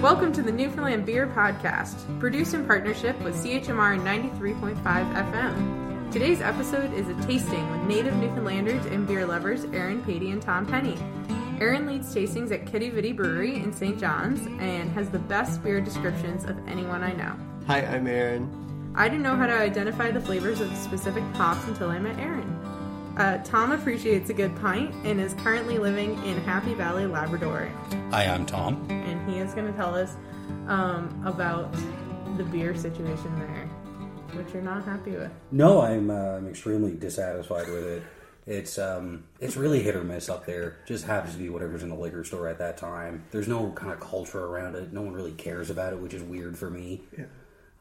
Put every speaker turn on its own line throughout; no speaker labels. Welcome to the Newfoundland Beer Podcast, produced in partnership with CHMR 93.5 FM. Today's episode is a tasting with native Newfoundlanders and beer lovers Aaron Patey and Tom Penny. Aaron leads tastings at Kitty Vitty Brewery in St. John's and has the best beer descriptions of anyone I know.
Hi, I'm Aaron.
I didn't know how to identify the flavors of specific hops until I met Aaron. Uh, Tom appreciates a good pint and is currently living in Happy Valley, Labrador.
Hi, I'm Tom.
And he is going to tell us um, about the beer situation there, which you're not happy with.
No, I'm uh, I'm extremely dissatisfied with it. It's um it's really hit or miss up there. Just happens to be whatever's in the liquor store at that time. There's no kind of culture around it. No one really cares about it, which is weird for me. Yeah.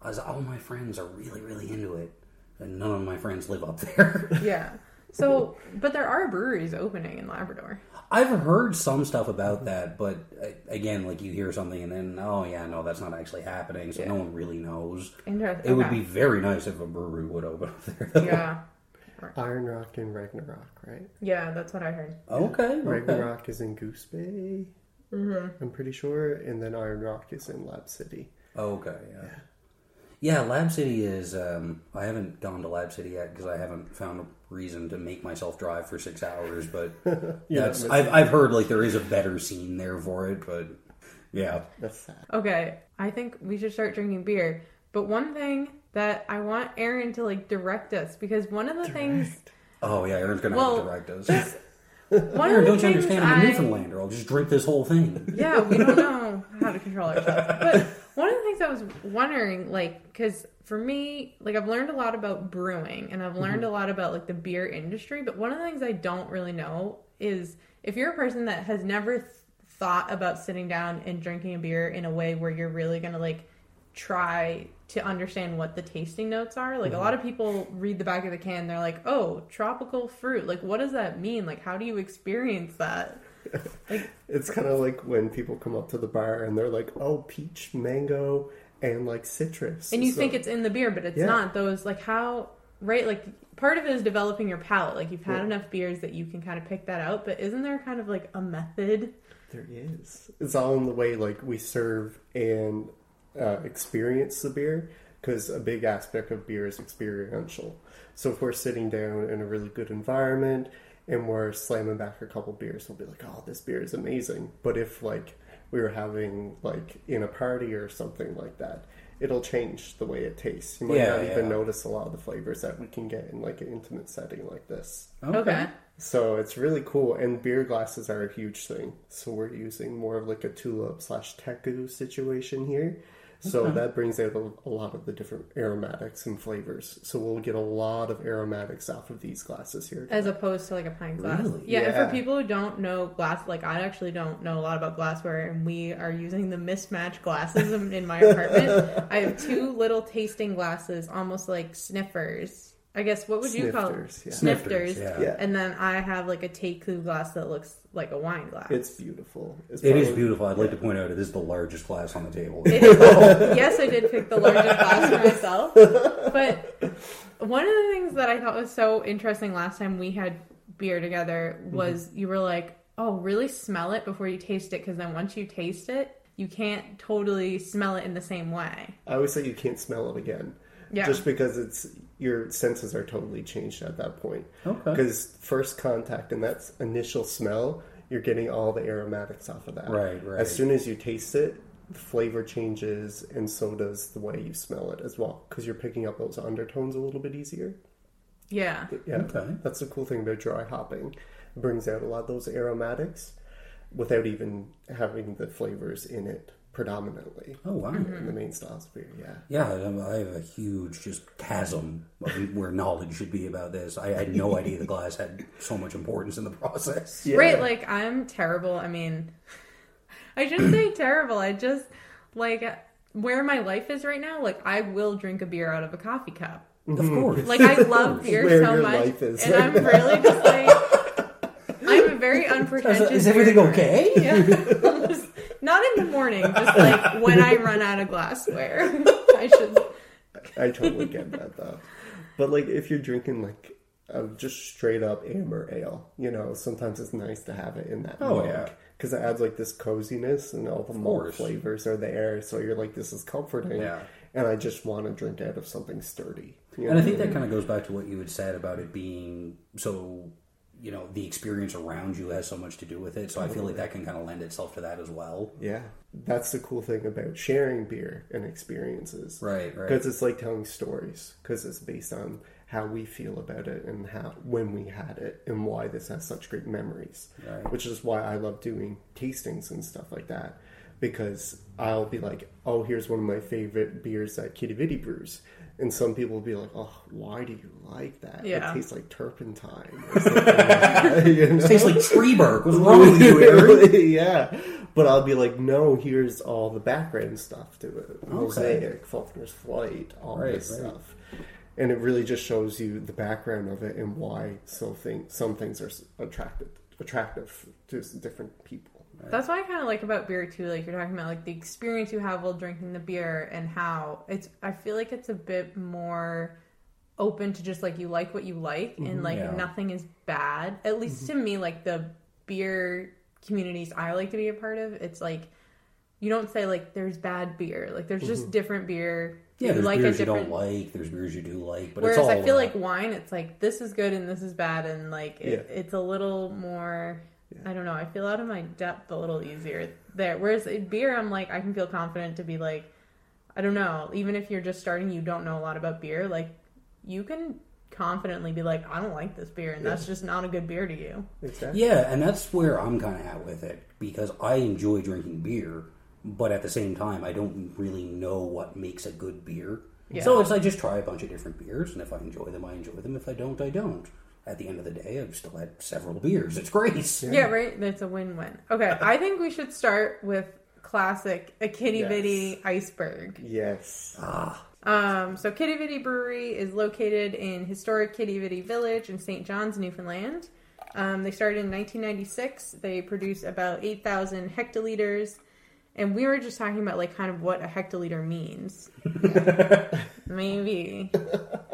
As all my friends are really really into it, and none of my friends live up there.
Yeah. So, but there are breweries opening in Labrador.
I've heard some stuff about that, but uh, again, like you hear something and then oh yeah, no, that's not actually happening. So no one really knows.
Interesting.
It would
Okay.
be very nice if a brewery would open up there.
Yeah.
Iron Rock and Ragnarok, right?
Yeah, that's what I heard.
okay. okay.
Ragnarok is in Goose Bay, I'm pretty sure, and then Iron Rock is in Lab City.
Oh, Okay, yeah. Yeah, Lab City is. Um, I haven't gone to Lab City yet because I haven't found a reason to make myself drive for six hours. But that's, I've, I've heard like there is a better scene there for it. But yeah,
That's sad.
Okay, I think we should start drinking beer. But one thing that I want Aaron to like direct us because one of the things,
oh yeah, Aaron's gonna
Well,
have to direct us.
one
Aaron,
of
don't
the
you
things
understand? I'm
I,
a Newfoundlander. I'll just drink this whole thing.
yeah, we don't know how to control ourselves. But one of the things I was wondering, like, because for me, like, I've learned a lot about brewing and I've learned a lot about like the beer industry. But one of the things I don't really know is if you're a person that has never th- thought about sitting down and drinking a beer in a way where you're really gonna like try to understand what the tasting notes are. Like a lot of people read the back of the can, they're like, "Oh, tropical fruit. Like what does that mean? Like how do you experience that?"
It's kind of like when people come up to the bar and they're like, "Oh, peach, mango, and like citrus,"
and you
So-
think it's in the beer but it's
Yeah.
not those like how right like part of it is developing your palate like you've had enough beers that you can kind of pick that out but isn't there kind of like a method
there is. It's all in the way like we serve and uh, experience the beer because a big aspect of beer is experiential. So if we're sitting down in a really good environment and we're slamming back a couple beers, we'll be like, "Oh, this beer is amazing." But if like we were having like in a party or something like that, it'll change the way it tastes. You might
Yeah,
not even
yeah.
notice a lot of the flavors that we can get in like an intimate setting like this.
okay
So it's really cool, and beer glasses are a huge thing. So we're using more of like a tulip slash teku situation here. So that brings out a, a lot of the different aromatics and flavors. So we'll get a lot of aromatics off of these glasses here.
as opposed to like a pint glass
Really?
yeah, and
Yeah.
for people who don't know glass like i actually don't know a lot about glassware and we are using the mismatched glasses in in my apartment i have two little tasting glasses almost like sniffers i guess what would you call it
Snifters, yeah.
snifters,
Snifters, yeah.
Yeah.
and then i have like a teku glass that looks like a wine glass
It's beautiful. It's
It is
probably-
beautiful. I'd like to point out it is the largest glass on the table.
It is- yes, I did pick the largest glass for myself. But one of the things that I thought was so interesting last time we had beer together was you were like, oh, really smell it before you taste it. Because then once you taste it, you can't totally smell it in the same way.
I always say you can't smell it again.
Yeah.
Just because it's your senses are totally changed at that point.
Okay.
Because first contact and that initial smell, you're getting all the aromatics off of that.
Right, right.
As soon as you taste it, the flavor changes, and so does the way you smell it as well. Because you're picking up those undertones a little bit easier.
Yeah.
Yeah.
Okay.
That's the cool thing about dry hopping. It brings out a lot of those aromatics without even having the flavors in it predominantly.
Oh wow.
In the main styles of beer, yeah.
Yeah, um, I have a huge just chasm of where knowledge should be about this. I had no idea the glass had so much importance in the process.
Yeah.
Right, like I'm terrible. I mean, I shouldn't say terrible. I just like where my life is right now. Like I will drink a beer out of a coffee cup.
Of course.
Like I love beer
Where
so
your
much,
life is
and
right
I'm really just like I'm a very
is,
unpretentious.
is everything
beer
okay?
drinker. Yeah. Just- Not in the morning, just like when I run out of glassware. I should.
I totally get that though. But like if you're drinking like a just straight up amber ale, you know, sometimes it's nice to have it in that.
Oh, yeah.
because it adds like this coziness and all the malt
course.
flavors are there. So you're like, this is comforting.
Yeah.
And I just want to drink out of something sturdy. you
And I
know?
think that kind of goes back to what you had said about it being so, you know, the experience around you has so much to do with it. So I feel like that can kind of lend itself to that as well.
Yeah. That's the cool thing about sharing beer and experiences.
Right, right.
Because it's like telling stories, because it's based on how we feel about it and how when we had it and why this has such great memories.
Right.
Which is why I love doing tastings and stuff like that. Because I'll be like, oh, here's one of my favorite beers that Kitty Vitty brews. And some people will be like, oh, why do you like that?
Yeah.
It tastes like turpentine. Or something like that, you know?
It tastes like tree bark. What's wrong with you, Aaron?
yeah. But I'll be like, no, here's all the background stuff to it. Mosaic, Faulkner's Flight, all
Right,
this
right.
stuff. And it really just shows you the background of it and why so thing, some things are s- attracted, attractive to s- different people.
That's what I kind of like about beer too. Like you're talking about, like the experience you have while drinking the beer and how it's. I feel like it's a bit more open to just like you like what you like and like
Mm-hmm. yeah. Mm-hmm.
nothing is bad. At least to me, like the beer communities I like to be a part of, it's like you don't say like there's bad beer. Like there's just different beer.
Mm-hmm. Yeah,
you
there's
like a
beers you
different
don't like. There's beers you do like. But it's
Whereas
all
I feel
uh,
like wine, it's like this is good and this is bad, and like it,
Yeah.
it's a little more. I don't know. I feel out of my depth a little easier there. Whereas in beer, I'm like I can feel confident to be like, I don't know. Even if you're just starting, you don't know a lot about beer. Like you can confidently be like, I don't like this beer, and that's just not a good beer to you.
Exactly.
Yeah, and that's where I'm kind of at with it because I enjoy drinking beer, but at the same time, I don't really know what makes a good beer. So
Yeah.
it's I just try a bunch of different beers, and if I enjoy them, I enjoy them. If I don't, I don't. At the end of the day, I've still had several beers. It's great.
Yeah, right. That's a win-win. Okay, I think we should start with classic a kitty
Yes.
bitty iceberg.
Yes.
Ah,
Um, so Kitty Vitty Brewery is located in historic Kitty Vitty Village in St. John's, Newfoundland. Um, they started in 1996. They produce about 8,000 hectoliters. And we were just talking about like kind of what a hectoliter means. Maybe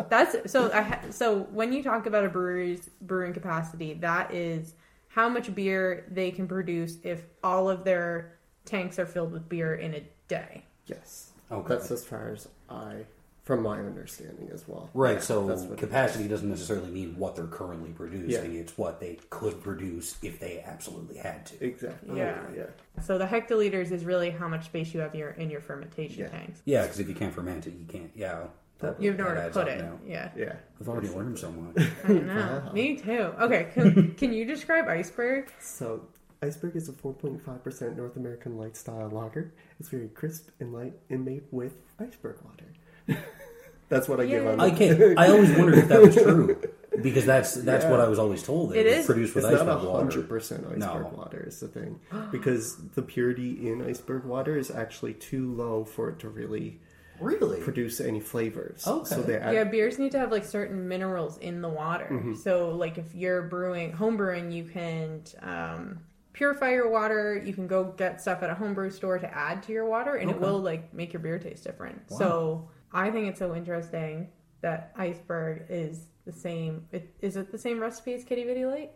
that's so. I ha- so when you talk about a brewery's brewing capacity, that is how much beer they can produce if all of their tanks are filled with beer in a day.
Yes.
Okay.
That's as far as I, from my understanding as well.
right. So
That's what-
capacity doesn't necessarily mean what they're currently producing.
Yeah.
It's what they could produce if they absolutely had to.
Exactly.
Yeah.
Yeah.
So the hectoliters is really how much space you have your in your fermentation
Yeah.
tanks.
Yeah, because if you can't ferment it, you can't. Yeah, that-
You have nowhere
that
to
adds
put
up
it.
now.
Yeah.
Yeah.
I've already learned so much.
I know. Me too. Okay. Can, can you describe iceberg?
So, Iceberg is a 4.5% North American light style lager. It's very crisp and light and made with iceberg water. That's what I give on
I
it.
can't. I always wondered if that was true because that's that's what I was always told.
It
It, was
is.
produced with
It's
ice
not
and water.
100% iceberg
No.
water is the thing. Because the purity in iceberg water is actually too low for it to really
Really?
produce any flavors.
Okay.
So they add
yeah, beers need to have like certain minerals in the water. So like if you're brewing home brewing, you can um, purify your water. You can go get stuff at a homebrew store to add to your water, and it
Okay.
will like make your beer taste different. So I think it's so interesting that iceberg is the same. It, is it the same recipe as Kitty Vitty Light?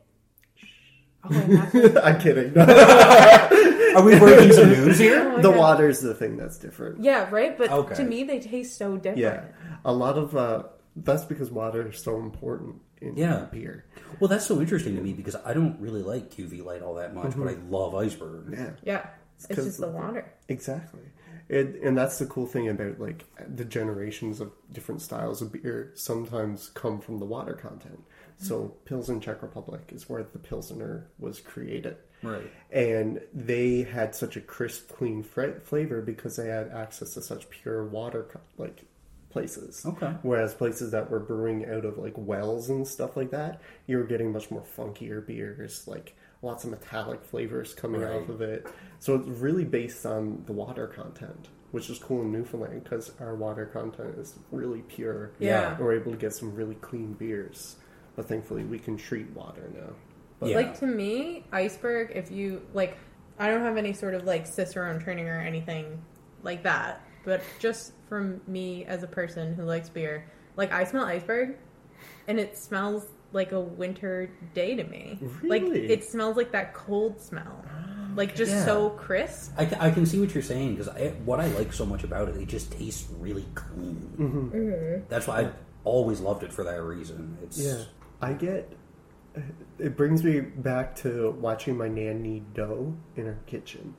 Oh, and that's
I'm kidding. the
Are we breaking some news here?
Oh my God.
water's the thing that's different.
Yeah, right. But
Okay.
to me, they taste so different.
Yeah. A lot of uh, that's because water is so important in
Yeah.
beer.
Well, that's so interesting to me because I don't really like QV light all that much, but I
Mm-hmm.
love iceberg.
Yeah.
Yeah, it's,
'cause
just the
of the-
water.
Exactly. And, and that's the cool thing about like the generations of different styles of beer sometimes come from the water content. So Pilsen Czech Republic is where the Pilsener was created.
Right.
And they had such a crisp, clean fra- flavor because they had access to such pure water co- like places.
Okay.
Whereas places that were brewing out of like wells and stuff like that, you were getting much more funkier beers, like lots of metallic flavors coming
Right.
off of it. So it's really based on the water content, which is cool in Newfoundland because our water content is really pure.
Yeah.
We're able to get some really clean beers, but thankfully we can treat water now. But
Yeah.
Like to me, iceberg. If you like, I don't have any sort of like Cicerone training or anything like that. But just from me as a person who likes beer, like I smell iceberg, and it smells like a winter day to me. Like
Really? Ah,
it smells like that cold smell. like just
Yeah.
so crisp.
I, ca- I can see what you're saying because what I like so much about it, it just tastes really clean.
Mm-hmm.
That's why I always loved it for that reason. It's
Yeah, I get. It brings me back to watching my nan knead dough in her kitchen.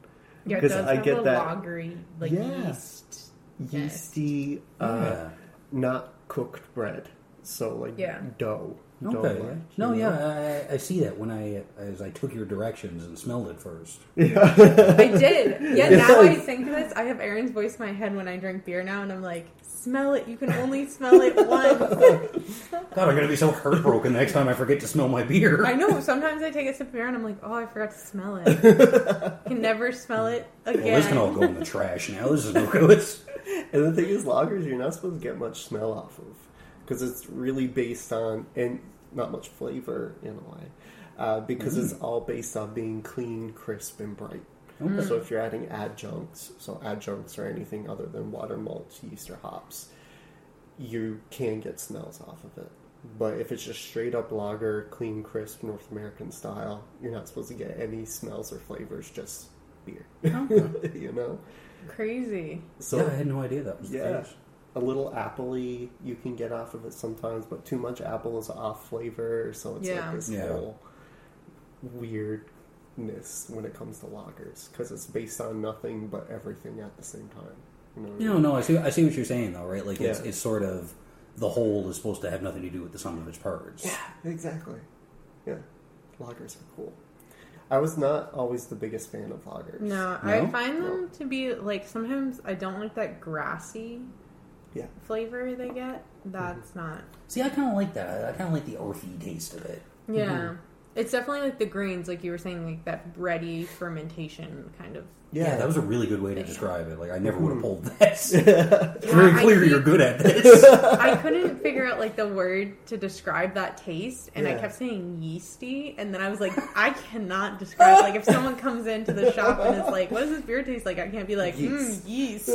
Yeah, it
'Cause
does
I
have
get
the
that-
lagery like
Yeah.
yeast.
Yeasty, uh,
yeah.
not cooked bread. So like
Yeah.
dough. dough
Okay.
like,
no,
you know?
yeah, I, I see that when I as I took your directions and smelled it first.
I did. Yeah,
Yeah.
now I think of this, I have Aaron's voice in my head when I drink beer now, and I'm like, smell it. You can only smell it once.
God, I'm gonna be so heartbroken the next time I forget to smell my beer.
I know. Sometimes I take a sip of beer and I'm like, oh, I forgot to smell it. can never smell it again.
Well, this can all go in the trash now. This is no good. It's-
And the thing is, lagers you're not supposed to get much smell off of because it's really based on and not much flavor in a way uh, because
Mm.
it's all based on being clean, crisp, and bright.
Mm.
So if you're adding adjuncts, so adjuncts are anything other than water, malt, yeast, or hops, you can get smells off of it. But if it's just straight up lager, clean, crisp, North American style, you're not supposed to get any smells or flavors, just beer. you know?
Crazy.
So
yeah, I had no idea that was the
Yeah.
case.
a little appley you can get off of it sometimes, but too much apple is off flavor, so it's
Yeah.
like this
Yeah.
whole weirdness when it comes to lagers because it's based on nothing but everything at the same time. You know what I
No,
mean?
no, I see. I see what you're saying though, right? Like it's,
Yeah.
it's sort of the whole is supposed to have nothing to do with the sum of its parts.
exactly. Yeah, lagers are cool. I was not always the biggest fan of lagers.
No,
No?
I find them to be like sometimes I don't like that grassy
Yeah.
flavor they get. That's not.
See, I kind of like that. I kind of like the earthy taste of it.
Yeah. It's definitely like the grains, like you were saying, like that bready fermentation kind of.
Yeah,
Yeah,
that was a really good way to describe it. Like I never would have pulled this. It's
Yeah,
very
I
clear
keep-
you're good at this.
I couldn't figure out like the word to describe that taste, and I
Yeah.
kept saying yeasty, and then I was like, I cannot describe. Like if someone comes into the shop and it's like, "What does this beer taste like?" I can't be like,
Yeast.
"Mm, yeast."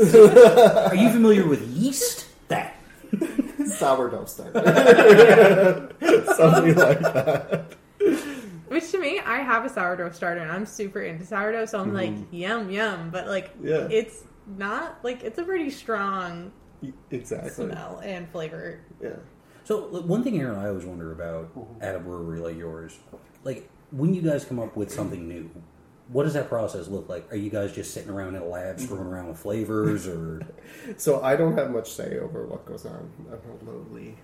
Are you familiar with yeast? That.
sourdough starter. Something like that.
Which to me, I have a sourdough starter, and I'm super into sourdough, so I'm like, yum yum. But like,
Mm-hmm. Yeah.
it's not like it's a pretty strong
Exactly.
smell and flavor.
Yeah.
So l- one thing, Aaron, I always wonder about at a brewery like yours, like when you guys come up with something new, what does that process look like? Are you guys just sitting around in a lab screwing around with flavors, or
So I don't have much say over what goes on. I'm a lowly,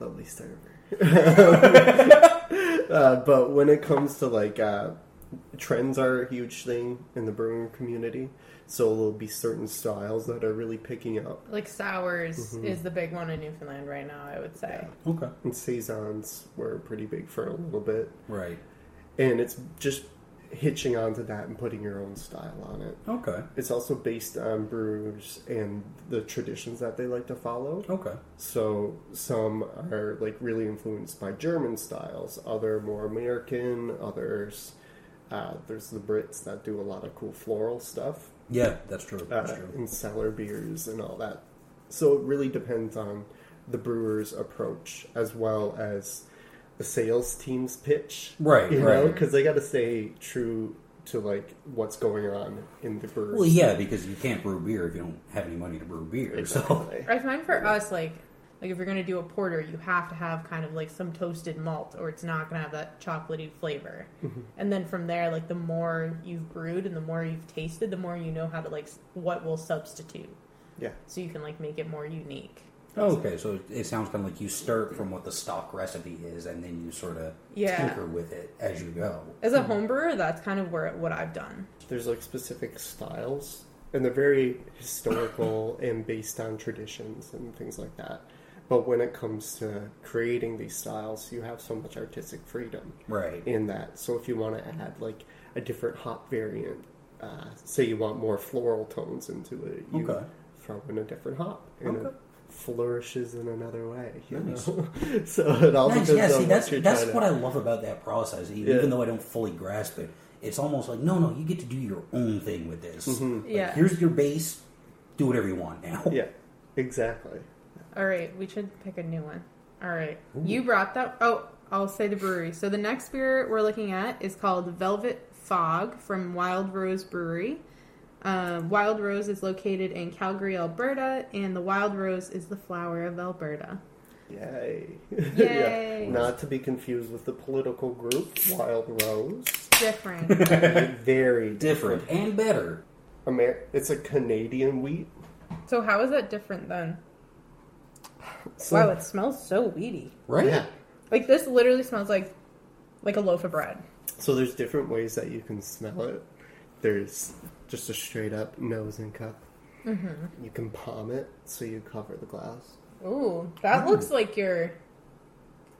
lowly server. uh, but when it comes to like uh, trends, are a huge thing in the brewing community. So there'll be certain styles that are really picking up,
Like sours
Mm-hmm.
is the big one in Newfoundland right now. I would say.
okay,
and saisons were pretty big for a little bit.
right,
And it's just hitching onto that and putting your own style on it.
okay,
It's also based on brewers and the traditions that they like to follow.
okay,
So some are like really influenced by German styles, other more American, others. Uh, there's the Brits that do a lot of cool floral stuff
yeah, that's true,
uh,
that's true.
and cellar beers and all that. So it really depends on the brewer's approach as well as the sales team's pitch,
Right,
You
right.
because they got to stay true to like what's going on in the brewer's.
Well, yeah, because you can't brew beer if you don't have any money to brew beer. So
Exactly.
I find for us like. Like if you're gonna do a porter, you have to have kind of like some toasted malt, or it's not gonna have that chocolatey flavor.
Mm-hmm.
And then from there, like the more you've brewed and the more you've tasted, the more you know how to like s- what will substitute,
Yeah.
so you can like make it more unique.
oh, okay, so it sounds kind of like you start from what the stock recipe is, and then you sort of
Yeah.
tinker with it as you go.
As a home brewer, that's kind of where what I've done.
there's like specific styles and they're very historical and based on traditions and things like that but when it comes to creating these styles you have so much artistic freedom
Right.
in that so if you want to add like a different hop variant uh, say you want more floral tones into it you
Okay.
throw in a different hop and
Okay.
it flourishes in another way you know? so it all
That's,
depends
yeah,
on
see, that's
what you're
that's
trying
what
to...
I love about that process. Even,
Yeah.
even though I don't fully grasp it, it's almost like no, no, you get to do your own thing with this. Like,
Yeah.
here's your base. Do whatever you want now.
Mm-hmm. yeah exactly
All right, we should pick a new one. All right, you brought that. Oh, I'll say the brewery. So the next beer we're looking at is called Velvet Fog from Wild Rose Brewery. Uh, Wild Rose is located in Calgary, Alberta, and the Wild Rose is the flower of Alberta.
Yay.
Yay.
Not to be confused with the political group Wild Rose.
Different.
Very
Different and better.
Amer- it's a Canadian wheat.
so how is that different then?
So,
Wow, it smells so weedy.
Right?
yeah.
Like this literally smells like like a loaf of bread.
So there's different ways that you can smell it. There's just a straight up nose and cup. Mm-hmm. You can palm it, so you cover the glass.
Ooh, that looks like you're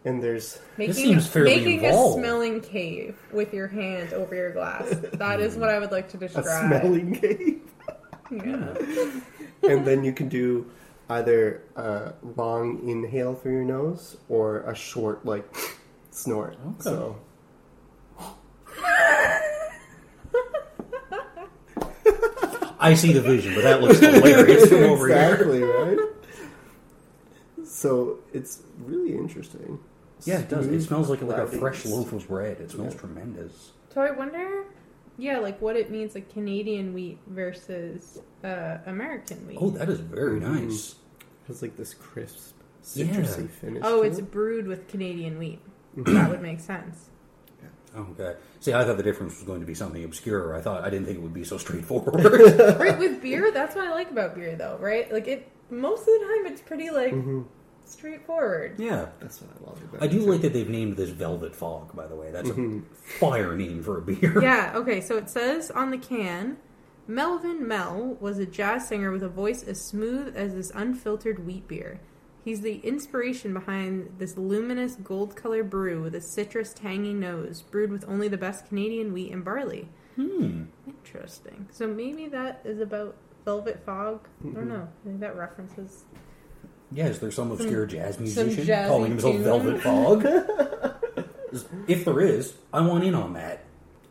And there's
making
seems fairly
making
involved.
a smelling cave with your hand over your glass. That is what I would like to
a
describe.
smelling cave.
Yeah.
and then you can do either a long inhale through your nose or a short, like, snort. So,
I see the vision, but that looks hilarious from over here.
exactly, right? So it's really interesting.
Yeah, it does. It
Smooth
smells like, like a
cloudy.
fresh loaf of bread. It smells tremendous.
So I wonder, yeah, like what it means like Canadian wheat versus uh, American wheat.
Oh, that is very
Mm-hmm.
nice.
has like this crisp,
Yeah.
citrusy finish.
Oh,
to
it's
it.
brewed with Canadian wheat.
Mm-hmm.
that would make sense.
Okay. See, I thought the difference was going to be something obscure. I thought I didn't think it would be so straightforward.
Right with beer, that's what I like about beer, though. Right, like it most of the time it's pretty like
Mm.
straightforward.
yeah.
Mm-hmm. That's what I love about
I
it. Mm-hmm.
do like that they've named this Velvet Fog, by the way. That's a fire name for a beer.
Yeah. Okay. So it says on the can, Melvin Mel was a jazz singer with a voice as smooth as this unfiltered wheat beer. He's the inspiration behind this luminous gold colored brew with a citrus tangy nose, brewed with only the best Canadian wheat and barley. Hmm. Interesting. So maybe that is about Velvet Fog. I don't know. I think that references.
Yeah, is there some obscure jazz musician
jazzy
calling himself
tune.
Velvet Fog? if there is, I want in on that.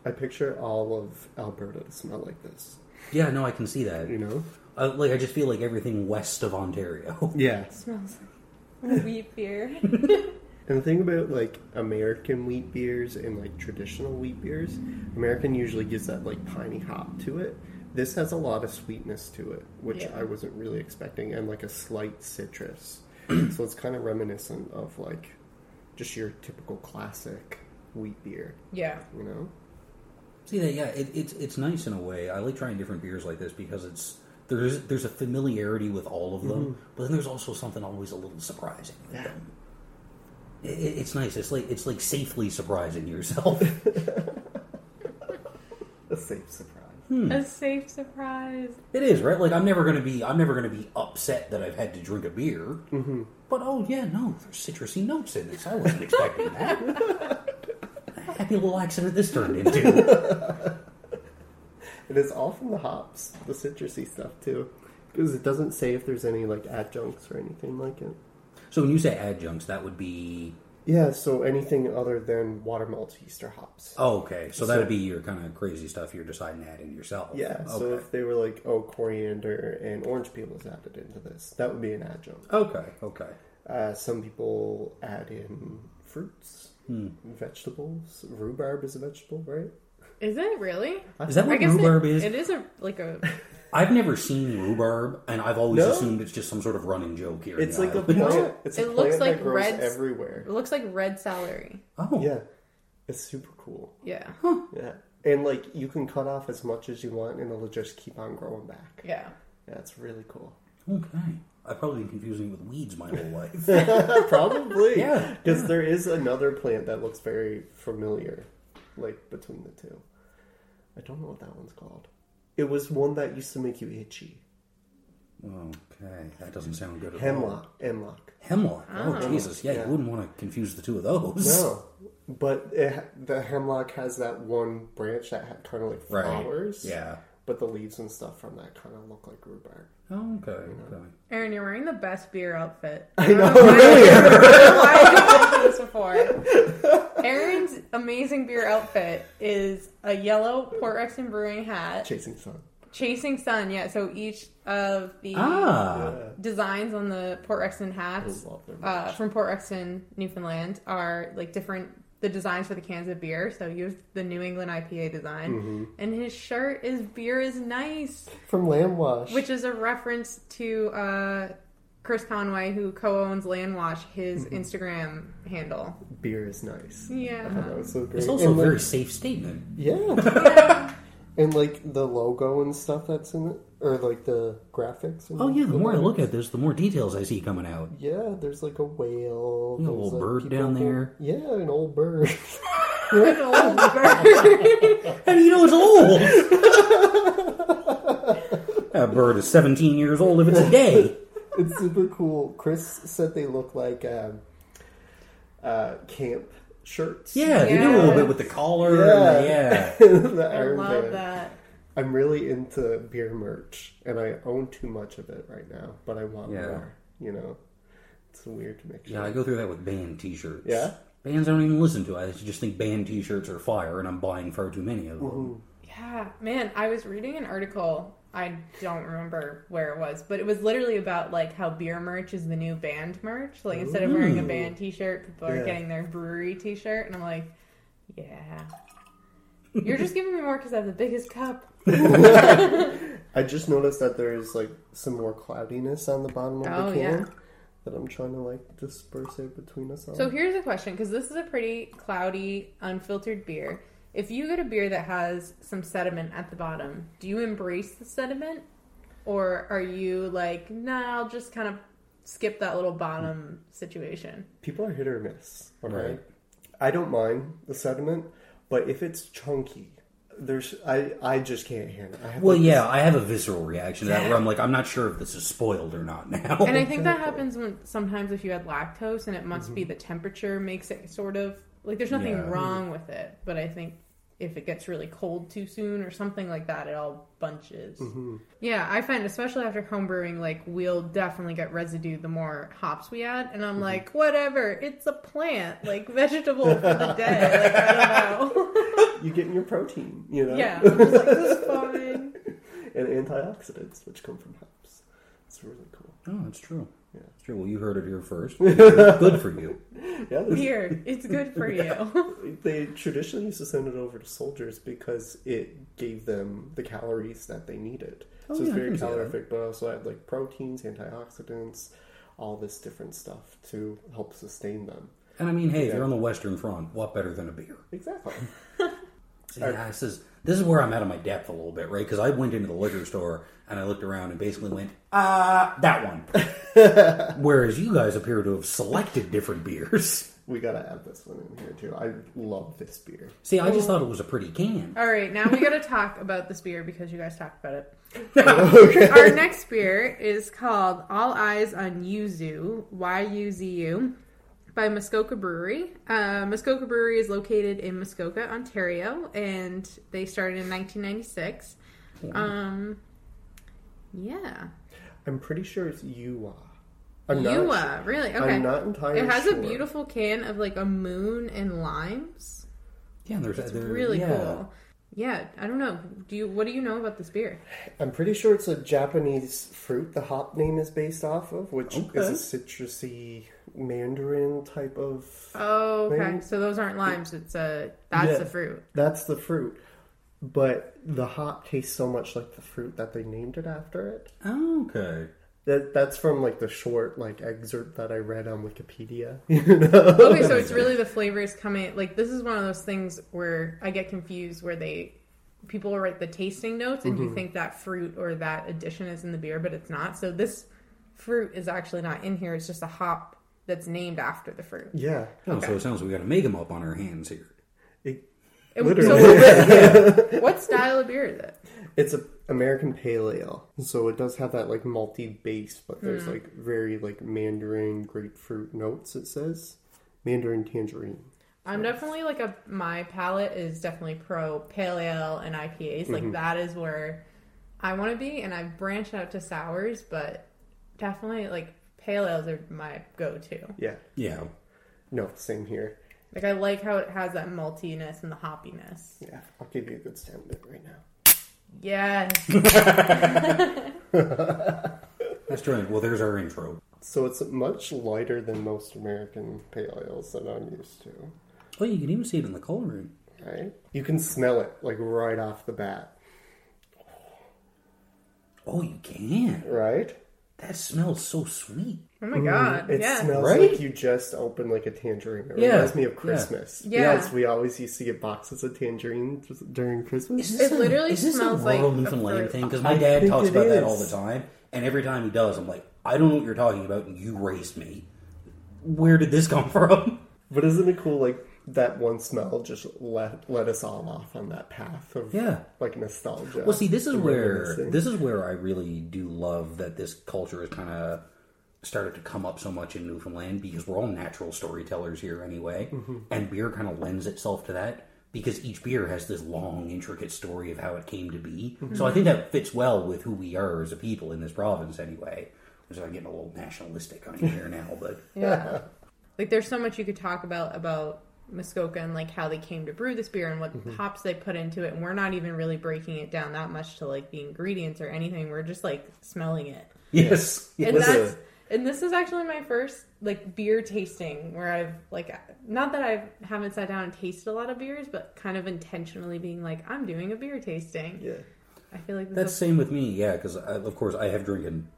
I picture all of Alberta to smell like this.
Yeah, no, I can see that.
You know?
Uh, like, I just feel like everything west of Ontario.
Yeah.
smells like wheat beer.
And the thing about like American wheat beers and like traditional wheat beers, American usually gives that like piney hop to it. This has a lot of sweetness to it, which
Yeah.
I wasn't really expecting, and like a slight citrus. so it's kind of reminiscent of like just your typical classic wheat beer,
yeah.
you know?
See that? Yeah, it, it's it's nice in a way. I like trying different beers like this because it's there's there's a familiarity with all of them,
Mm-hmm.
but then there's also something always a little surprising with them. It, it- it's nice. It's like it's like safely surprising yourself.
A safe surprise.
Hmm.
A safe surprise.
it is right. Like I'm never gonna be I'm never gonna be upset that I've had to drink a beer. Mm-hmm. But oh yeah, no, there's citrusy notes in this. I wasn't expecting that. Happy little accident this turned into.
It is all from the hops, the citrusy stuff too. Because it doesn't say if there's any like adjuncts or anything like it.
so when you say adjuncts, that would be
Yeah, so anything other than water malts, yeast, or hops.
Oh, okay. So, that'd be your kind of crazy stuff you're deciding to add in yourself.
Yeah,
Oh, Okay.
so if they were like, oh, coriander and orange peel is added into this, that would be an adjunct.
okay. Okay.
Uh, some people add in fruits, vegetables. Rhubarb is a vegetable, right?
Is it really?
Is that
I
what
guess it-
rhubarb is?
It is a like a
I've never seen rhubarb, and I've always
No?
assumed it's just some sort of running joke here.
It's
in
like
the
a
island.
plant. It's a
It looks
plant
like
that grows
red-
everywhere.
it looks like red celery.
oh,
Yeah, it's super cool.
Yeah.
Yeah, and like you can cut off as much as you want, and it'll just keep on growing back.
Yeah.
Yeah, it's really cool.
okay. I've probably been confusing it with weeds my whole life.
Probably,
Yeah,
because there is another plant that looks very familiar, like between the two. I don't know what that one's called. It was one that used to make you itchy.
okay, that doesn't sound good. At all.
Hemlock, hemlock.
Hemlock. Oh, Jesus! Yeah,
Yeah.
you wouldn't want to confuse the two of those.
No, but it, the hemlock has that one branch that had kind of like
Right.
flowers.
Yeah.
but the leaves and stuff from that kind of look like rhubarb.
Oh, okay. Okay.
Aaron, you're wearing the best beer outfit. I know. Oh, Really? I've done this before. Aaron's amazing beer outfit is a yellow Port Rexon Brewing hat,
Chasing sun.
chasing sun. Yeah. So each of the
Ah.
designs on the Port Rexon hats
I love them.
uh, from Port Rexon, Newfoundland, are like different. the designs for the cans of beer. So you have the New England IPA design, and his shirt is "Beer is nice,"
From Lamb Wash.
which is a reference to uh, Chris Conway, who co-owns Landwash, his Instagram handle.
beer is nice.
Yeah.
That was so great.
It's also a
And, like,
very safe statement.
Yeah. and like the logo and stuff that's in it, or like the graphics. And
Oh yeah, the more I
letters.
look at this, the more details I see coming out.
Yeah, there's like a whale.
You know, a
there's,
little
like,
bird
people
down
who-
there.
Yeah, an old bird.
Good old bird.
How do you know it's old? that bird is 17 years old if it's a day.
it's super cool. Chris said they look like um, uh, camp shirts.
Yeah, they do a little
Yeah.
bit with the collar.
Yeah.
Yeah. yeah.
the
I
Iron
love
Man.
that.
I'm really into beer merch, and I own too much of it right now, but I want
Yeah.
more. You know, it's weird to make sure.
Yeah, I go through that with band t shirts.
Yeah?
Bands I don't even listen to. I just think band t shirts are fire, and I'm buying far too many of them.
Mm-hmm.
Yeah, man, I was reading an article. I don't remember where it was, but it was literally about like how beer merch is the new band merch. Like instead of wearing a band T-shirt, people
Yeah.
are getting their brewery T-shirt, and I'm like, yeah, you're just giving me more because I have the biggest cup.
I just noticed that there's like some more cloudiness on the bottom of
Oh,
the can
yeah.
that I'm trying to like disperse it between us all.
So here's a question because this is a pretty cloudy, unfiltered beer. If you get a beer that has some sediment at the bottom, do you embrace the sediment? Or are you like, nah, I'll just kind of skip that little bottom situation?
People are hit or miss. All right?
Right.
I don't mind the sediment, but if it's chunky, there's I I just can't handle. it. I have
Well,
like,
yeah, I have a visceral reaction to that where I'm like, I'm not sure if this is spoiled or not now.
And I think that happens when sometimes if you had lactose and it must be the temperature makes it sort of like there's nothing
Yeah.
wrong with it, but I think if it gets really cold too soon or something like that, it all bunches.
Mm-hmm.
Yeah, I find especially after home brewing, like we'll definitely get residue the more hops we add, and I'm like, whatever, it's a plant, like vegetable for the day. Like I don't know.
you getting your protein, you know,
yeah, I'm just like this is fine.
and antioxidants which come from hops. It's really cool.
Oh, that's true.
Yeah.
That's true. Well, you heard it here first. Good for you.
Yeah, there's-
Weird, it's good for you.
they traditionally used to send it over to soldiers because it gave them the calories that they needed.
Oh,
so it's
yeah, I
very
can see that.
calorific, but also had like proteins, antioxidants, all this different stuff to help sustain them.
And I mean, hey, if
Yeah.
you're on the Western Front, what better than a beer?
Exactly.
Yeah, this is this is where I'm out of my depth a little bit, right? Because I went into the liquor store and I looked around and basically went, ah, that one. Whereas you guys appear to have selected different beers.
we gotta add this one in here too. I love this beer.
See, I just thought it was a pretty can.
All right, now we got to talk about this beer because you guys talked about it. Our next beer is called All Eyes on Yuzu, Y U Z U, by Muskoka Brewery. Uh, Muskoka Brewery is located in Muskoka, Ontario, and they started in 1996. Um, yeah.
I'm pretty sure it's Yua. I'm not
Yua,
su-
uh, really? Okay.
I'm not entirely.
it has
sure.
a beautiful can of like a moon and limes.
Yeah, there's
It's
there-
really
yeah.
cool. Yeah, I don't know. Do you what do you know about this beer?
I'm pretty sure it's a Japanese fruit the hop name is based off of, which
Okay.
is a citrusy mandarin type of
Oh, okay.
Maybe-
So those aren't limes. It's a that's
Yeah.
the fruit.
That's the fruit. But the hop tastes so much like the fruit that they named it after it.
Oh, okay.
That that's from like the short like excerpt that I read on Wikipedia. You know?
Okay, so it's really the flavors coming. Like this is one of those things where I get confused where they people will write the tasting notes and you think that fruit or that addition is in the beer, but it's not. So this fruit is actually not in here. It's just a hop that's named after the fruit.
Yeah.
Oh, so it sounds like we got to make them up on our hands here.
It,
It- So, what style of beer is it?
it's a American pale ale. So it does have that like malty base, but there's like very like mandarin grapefruit notes it says. Mandarin tangerine.
I'm definitely like a my palate is definitely pro pale ale and IPAs.
Mm-hmm.
Like that is where I want to be, and I've branched out to sours, but definitely like pale ales are my go-to.
Yeah.
Yeah.
No, same here.
Like I like how it has that maltiness and the hoppiness.
Yeah. I'll give you a good sound bit right now.
Yes.
That's true. Well, there's our intro.
So it's much lighter than most American pale ales that I'm used to.
Oh, you can even see it in the cold room.
Right? You can smell it like right off the bat,
Oh, you can.
right?
That smells so sweet.
Oh my god.
It
yeah.
smells
Right?
like you just opened like a tangerine. It
Yeah.
reminds me of
Yeah.
Christmas.
Yeah.
Because we always used to get boxes of tangerines during Christmas.
It literally smells like
rural
a
Newfoundland
fruit.
thing? Because my
I
dad
think
talks
it
about that all
is.
the time, and every time he does, I'm like, I don't know what you're talking about. and You raised me. Where did this come from?
But isn't it cool? Like that one smell just let let us all off on that path of
Yeah.
like nostalgia.
Well, see, this is
and
where
reminiscing.
this is where I really do love that this culture has kind of started to come up so much in Newfoundland because we're all natural storytellers here anyway, and beer kind of lends itself to that because each beer has this long, intricate story of how it came to be. So I think that fits well with who we are as a people in this province anyway. Which I'm getting a little nationalistic on you here now, but
Yeah. like there's so much you could talk about about Muskoka and like how they came to brew this beer and what
Mm-hmm.
hops they put into it and we're not even really breaking it down that much to like the ingredients or anything. We're just like smelling it.
yes,
And
Listen.
that's and this is actually my first like beer tasting where I've like not that I haven't sat down and tasted a lot of beers, but kind of intentionally being like, I'm doing a beer tasting.
yeah,
I feel like this
That's same with me, yeah. Because of course I have drinking,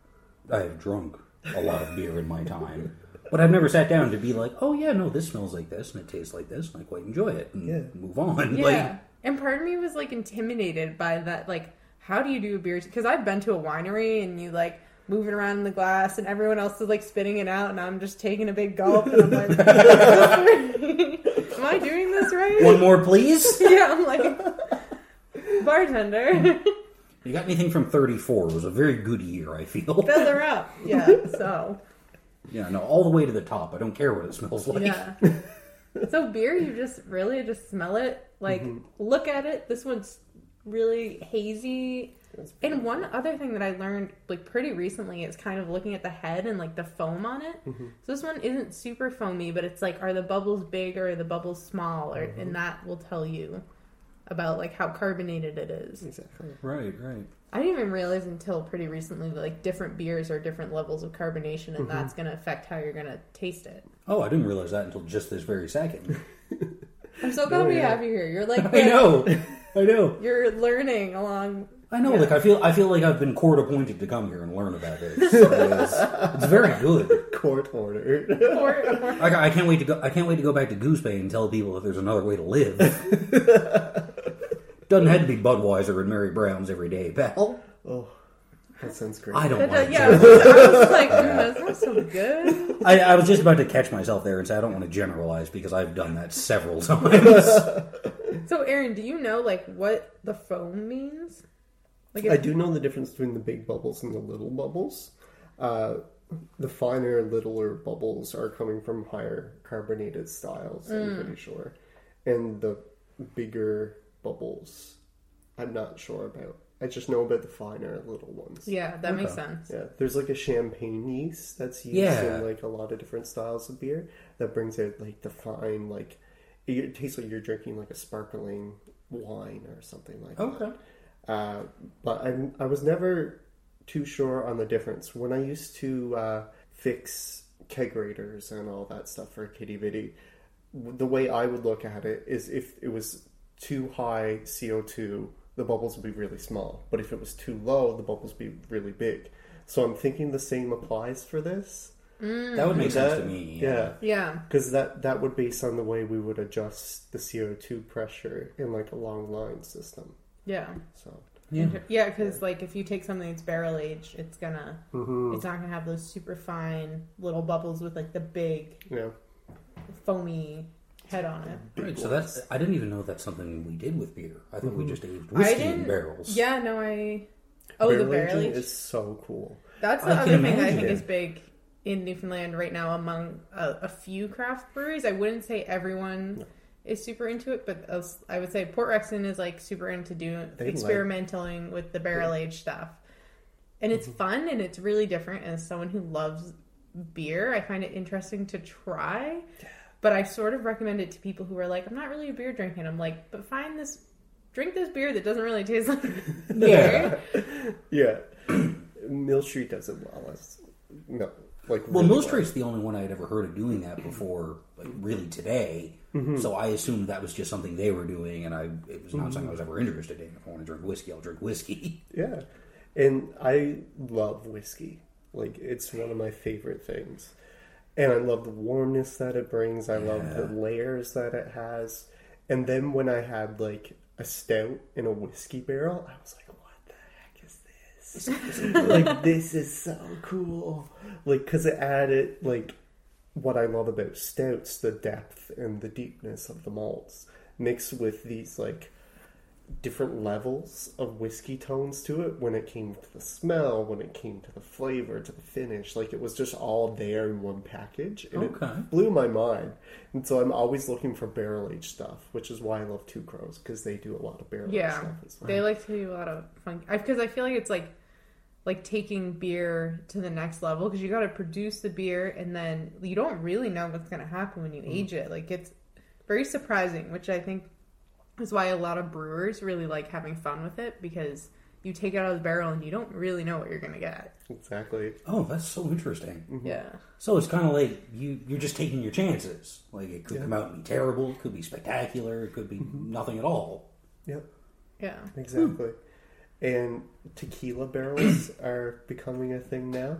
I have drunk a lot of beer in my time, but I've never sat down to be like, oh yeah, no, this smells like this and it tastes like this, and I quite enjoy it. And
Yeah.
move on.
Yeah.
Like,
and part of me was like intimidated by that. Like, how do you do a beer? Because I've been to a winery and you like move it around in the glass and everyone else is like spitting it out and I'm just taking a big gulp and I'm like, am I doing this right?
one more, please.
Yeah, I'm like, bartender,
You got anything from thirty four? It was a very good year, I feel.
fill her up. Yeah, so.
Yeah, no, all the way to the top. I don't care what it smells like.
Yeah. so beer, you just really just smell it. Like look at it. This one's really hazy. And one other thing that I learned like pretty recently is kind of looking at the head and like the foam on it. So this one isn't super foamy, but it's like are the bubbles big or are the bubbles small, or, and that will tell you about like how carbonated it is.
exactly.
Right, right.
I didn't even realize until pretty recently that like different beers are different levels of carbonation, and that's going to affect how you're going to taste it.
Oh, I didn't realize that until just this very second.
I'm so glad we
yeah.
have you here. You're like
I know, I know,
You're learning along.
I know. Like I feel, I feel like I've been court appointed to come here and learn about this. So it's, it's very good.
Court order.
Or,
I, I can't wait to go. I can't wait to go back to Goose Bay and tell people that there's another way to live. Doesn't have to be Budweiser and Mary Brown's every day, pal.
oh, that sounds great.
I don't want to.
uh, yeah, I was, I was like, mm, that's not so good.
I, I was just about to catch myself there and say I don't want to generalize because I've done that several times.
So, Aaron, do you know like what the foam means? Like,
I
if,
do know the difference between the big bubbles and the little bubbles. Uh, the finer, littler bubbles are coming from higher carbonated styles, I'm pretty sure. And the bigger bubbles, I'm not sure about. I just know about the finer, little ones.
yeah, that makes sense.
Yeah, there's like a champagne yeast that's used
Yeah.
in like a lot of different styles of beer that brings out like the fine, like it, it tastes like you're drinking like a sparkling wine or something like
Okay.
that. Uh, but I I was never too sure on the difference when I used to uh, fix kegerators and all that stuff for Kitty Bitty. w- The way I would look at it is if it was too high CO2, the bubbles would be really small. But if it was too low, the bubbles would be really big. So I'm thinking the same applies for this.
that would make sense
That-
to me.
Yeah.
Yeah,
Because that, that would based on the way we would adjust the CO2 pressure in like a long line system.
yeah,
So
Yeah.
yeah. Because like, if you take something that's barrel aged, it's gonna,
Hmm.
it's not gonna have those super fine little bubbles with like the big
yeah,
foamy head on it.
Right, so that's I didn't even know that's something we did with beer. I thought we just aged whiskey in
didn't-
barrels.
Yeah, no, I. Oh, the
Barrel
barrel
aging
aged
is so cool.
That's the
I
other
can
thing I
imagine.
think is big in Newfoundland right now among a, a few craft breweries. I wouldn't say everyone is super into it, but us- I would say Port Rexon is like super into doing
They like-
experimenting with the barrel aged stuff. And
Mm-hmm.
it's fun and it's really different. And as someone who loves beer, I find it interesting to try. But I sort of recommend it to people who are like, I'm not really a beer drinker. And I'm like, but find this, drink this beer that doesn't really taste like beer.
Yeah, Mill Street does it well. As, no, like
Well,
really
Mill Street's the only one I had ever heard of doing that before like, really today. So I assumed that was just something they were doing, and I it was not something I was ever interested in. If I want to drink whiskey, I'll drink whiskey.
Yeah. And I love whiskey. Like it's one of my favorite things. And I love the warmness that it brings. I love the layers that it has. And then when I had like a stout in a whiskey barrel, I was like, what the heck is this? like this is so cool. Like cuz it added like what I love about stouts, the depth and the deepness of the malts mixed with these like different levels of whiskey tones to it when it came to the smell, when it came to the flavor, to the finish. Like it was just all there in one package. And
Okay.
it blew my mind. And so I'm always looking for barrel aged stuff, which is why I love Two Crows because they do a lot of barrel aged
Yeah,
stuff as well.
they like to do a lot of fun because I, feel like it's like like taking beer to the next level because you got to produce the beer and then you don't really know what's going to happen when you age it. Like it's very surprising, which I think is why a lot of brewers really like having fun with it because you take it out of the barrel and you don't really know what you're going to get.
Exactly.
Oh, that's so interesting.
Yeah.
So it's kind of like you you're just taking your chances. Like it could come out and be terrible, it could be spectacular, it could be nothing at all.
Yep.
Yeah.
Hmm.
Exactly. And tequila barrels are becoming a thing now.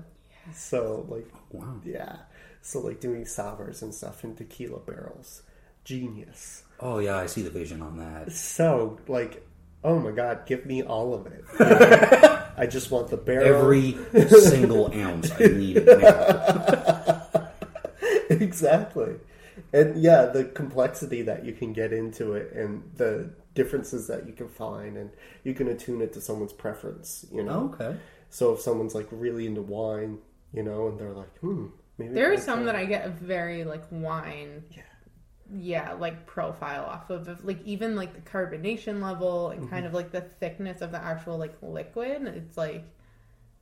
So like
Wow.
yeah. So like doing sours and stuff in tequila barrels. Genius.
Oh yeah, I see the vision on that.
So like oh my god, give me all of it. I just want the barrel
Every single ounce I need it now.
exactly. And yeah, the complexity that you can get into it and the differences that you can find and you can attune it to someone's preference, you know.
Okay.
So if someone's like really into wine, you know, and they're like, hmm, maybe
There
I
are
can
some
try
that I get a very like wine,
Yeah.
yeah, like profile off of, of like even like the carbonation level
Mm-hmm.
and kind of like the thickness of the actual like liquid. It's like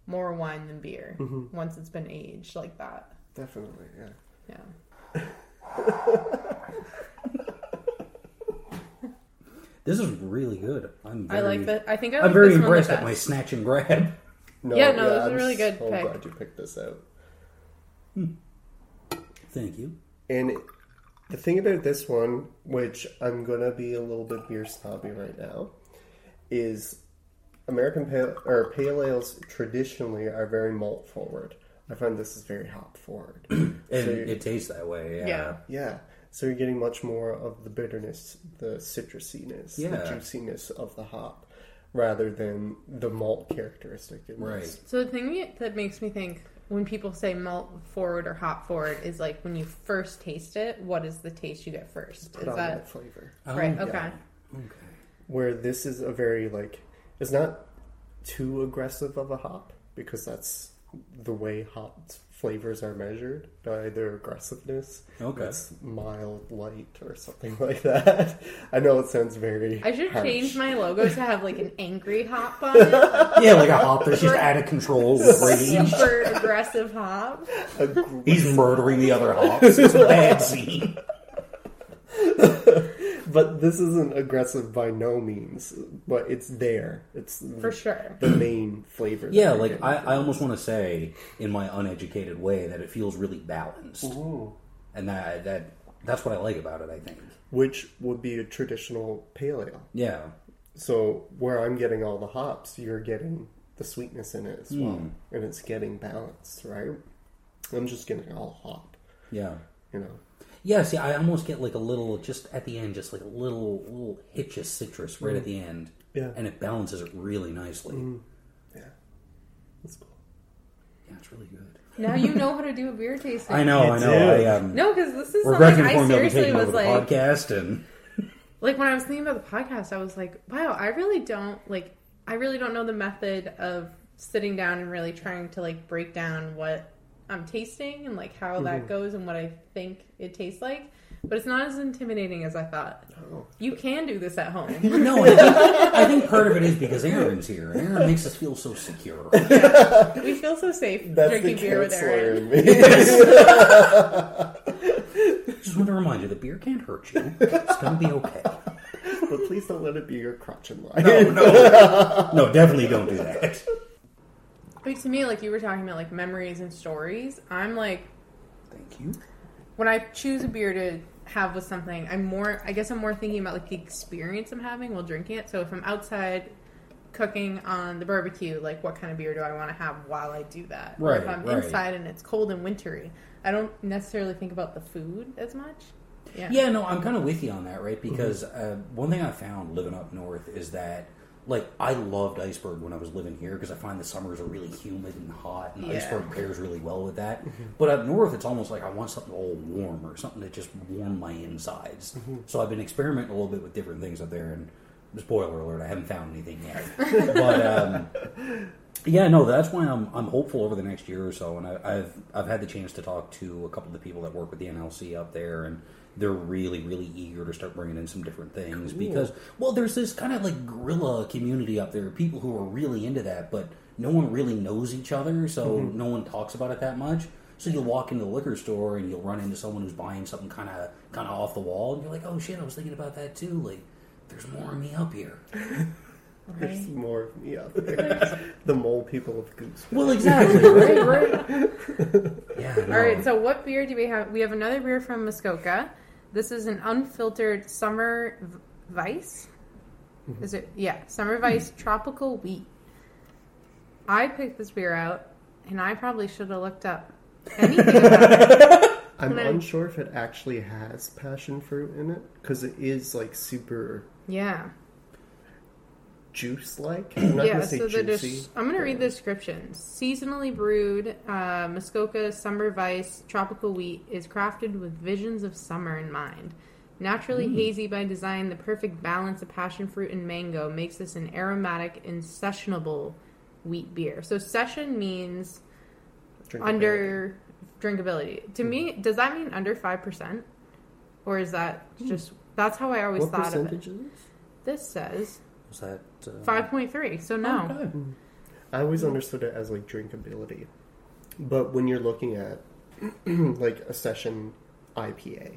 more wine than beer
Mm-hmm.
once it's been aged like that.
Definitely, yeah.
Yeah,
This is really good. I'm very,
I like that. I think I like
I'm very
this
impressed
one
at
the
my
best.
snatch and grab.
No,
Yeah, no, this is a
I'm
really good
So
pick.
glad you picked this out.
Thank you.
And it- the thing about this one, which I'm gonna be a little bit beer snobby right now, is American pale or pale ales traditionally are very malt forward. I find this is very hop forward.
And
So-
it tastes that way, yeah.
Yeah.
yeah, so you're getting much more of the bitterness, the citrusiness, the
Yeah.
juiciness of the hop, rather than the malt characteristic. It
Right.
So the thing that- that makes me think when people say malt forward or hop forward is like when you first taste it, what is the taste you get first? Is
Predominant
that
flavor.
right?
Oh,
Okay.
yeah. Okay.
where this is a very like it's not too aggressive of a hop because that's the way hop flavors are measured by their aggressiveness.
Okay.
It's mild, light, or something like that. I know it sounds very.
I should
harsh.
change my logo to have like an angry hop on it,
Yeah, like a hop that's just out of control with rage.
super aggressive hop.
Aggr-
He's murdering the other hops. It's a bad scene.
but this isn't aggressive by no means. But it's there. It's
For sure.
the main flavor. that
Yeah,
you're
like
getting.
I, I almost want to say in my uneducated way that it feels really balanced, and that that that's what I like about it. I think.
which would be a traditional pale ale.
Yeah.
So where I'm getting all the hops, you're getting the sweetness in it as well, and it's getting balanced, right? I'm just getting all hop,
Yeah.
you know.
Yeah. See, I almost get like a little just at the end, just like a little little hitch of citrus right at the end.
Yeah.
And it balances it really nicely.
Yeah, that's cool.
Yeah, it's really good.
Now you know how to do a beer tasting.
I know. I
It's
know.
it.
I um.
No, because this is
We're
something
breaking
I
form of
seriously
taking over
was
the
like,
podcast, and
like when I was thinking about the podcast, I was like, wow, I really don't like, I really don't know the method of sitting down and really trying to like break down what I'm tasting and like how
Mm-hmm.
that goes and what I think it tastes like. But it's not as intimidating as I thought.
Oh,
You can do this at home.
no, I think, I think part of it is because Aaron's here. and Aaron makes us feel so secure.
we feel so safe
that's
drinking
the
beer with
counselor
Aaron.
in me.
Just want to remind you, the beer can't hurt you. It's gonna be okay.
but please don't let it be your crotch in line.
Oh,
No, no, no, definitely don't do that.
Like to me, like you were talking about like memories and stories. I'm like
Thank you.
when I choose a beer to have with something, I'm more. I guess I'm more thinking about like the experience I'm having while drinking it. So if I'm outside cooking on the barbecue, like what kind of beer do I want to have while I do that? Or If
Right,
I'm
right.
inside and it's cold and wintry, I don't necessarily think about the food as much. Yeah. Mm-hmm.
Yeah, no, I'm kind of with you on that, right? Because uh, one thing I found living up north is that, like, I loved iceberg when I was living here because I find the summers are really humid and hot, and
Yeah. Mm-hmm.
iceberg pairs really well with that. But up north, it's almost like I want something all warm or something that just warm my insides.
Mm-hmm.
So I've been experimenting a little bit with different things up there, and spoiler alert, I haven't found anything yet. but um, yeah, no, that's why I'm I'm hopeful over the next year or so, and I, I've I've had the chance to talk to a couple of the people that work with the NLC up there, and they're really really eager to start bringing in some different things because well, there's this kind of like guerrilla community up there, people who are really into that, but no one really knows each other, so no one talks about it that much. So you'll walk into the liquor store and you'll run into someone who's buying something kind of kind of off the wall, and you're like, oh shit, I was thinking about that too. Like, there's more of me up here.
There's more of me out there. the mole people of Goose.
Well, exactly, right, right. Yeah.
All right. So, what beer do we have? We have another beer from Muskoka. This is an unfiltered summer v- vice. Is it? Yeah, summer vice tropical wheat. I picked this beer out, and I probably should have looked up anything about it.
I'm
Right.
unsure if it actually has passion fruit in it because it is like super
Yeah,
juice like. I'm not
yeah.
gonna say
So the
juicy.
des- I'm going to read the description. Seasonally brewed, uh, Muskoka Summer Vice Tropical Wheat is crafted with visions of summer in mind. Naturally hazy by design, the perfect balance of passion fruit and mango makes this an aromatic and sessionable wheat beer. So session means
Drink it there.
under drinkability. To me, does that mean under five percent, or is that just that's how I always
what
thought of it?
percentage is this?
This says
Was that uh, Oh,
five point three. So no.
Okay.
I always understood it as like drinkability, but when you're looking at like a session IPA,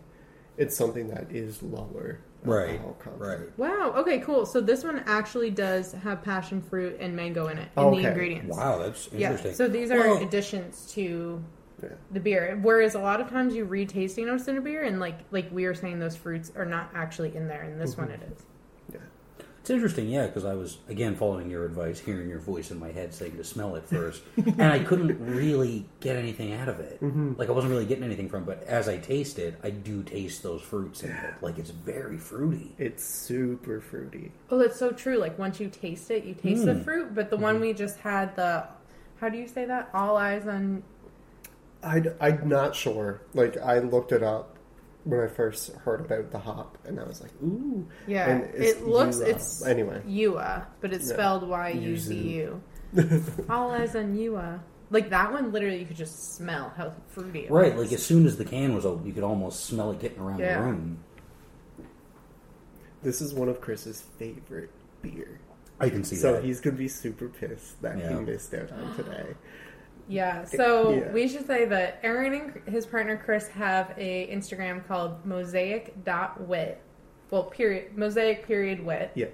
it's something that is lower
Right.
alcohol content.
Right.
Wow. Okay. Cool. So this one actually does have passion fruit and mango in it in
Okay.
the ingredients.
Wow, that's
Yeah.
interesting.
So these are
Well-
additions to
Yeah.
the beer. Whereas a lot of times you read tasting notes in a beer, and like like we were saying, those fruits are not actually in there. And this one
Mm-hmm.
it is.
Yeah.
It's interesting, yeah, because I was again following your advice, hearing your voice in my head saying to smell it first, and I couldn't really get anything out of it.
Mm-hmm.
Like I wasn't really getting anything from. it, But as I taste it, I do taste those fruits in it. Like it's very fruity.
It's super fruity.
Oh, that's so true. Like once you taste it, you taste
Mm.
the fruit. But the
Mm-hmm.
one we just had, the how do you say that? All eyes on.
I'd, I'm not sure. Like I looked it up when I first heard about the hop, and I was like, ooh,
Yeah.
And it's uh,
it looks.
Yua.
It's
Anyway.
Yua, but it's
Yeah.
spelled Y U Z U. All eyes on Yua. Like that one, literally, you could just smell how fruity. It
Right,
was.
like as soon as the can was open, you could almost smell it getting around
Yeah.
the room.
this is one of Chris's favorite beer.
I can see
So
that.
he's gonna be super pissed that he
Yeah.
missed out on today.
Yeah. So
Yeah.
we should say that Aaron and his partner Chris have a Instagram called mosaic.wit. Well, period mosaic period wit.
Yeah,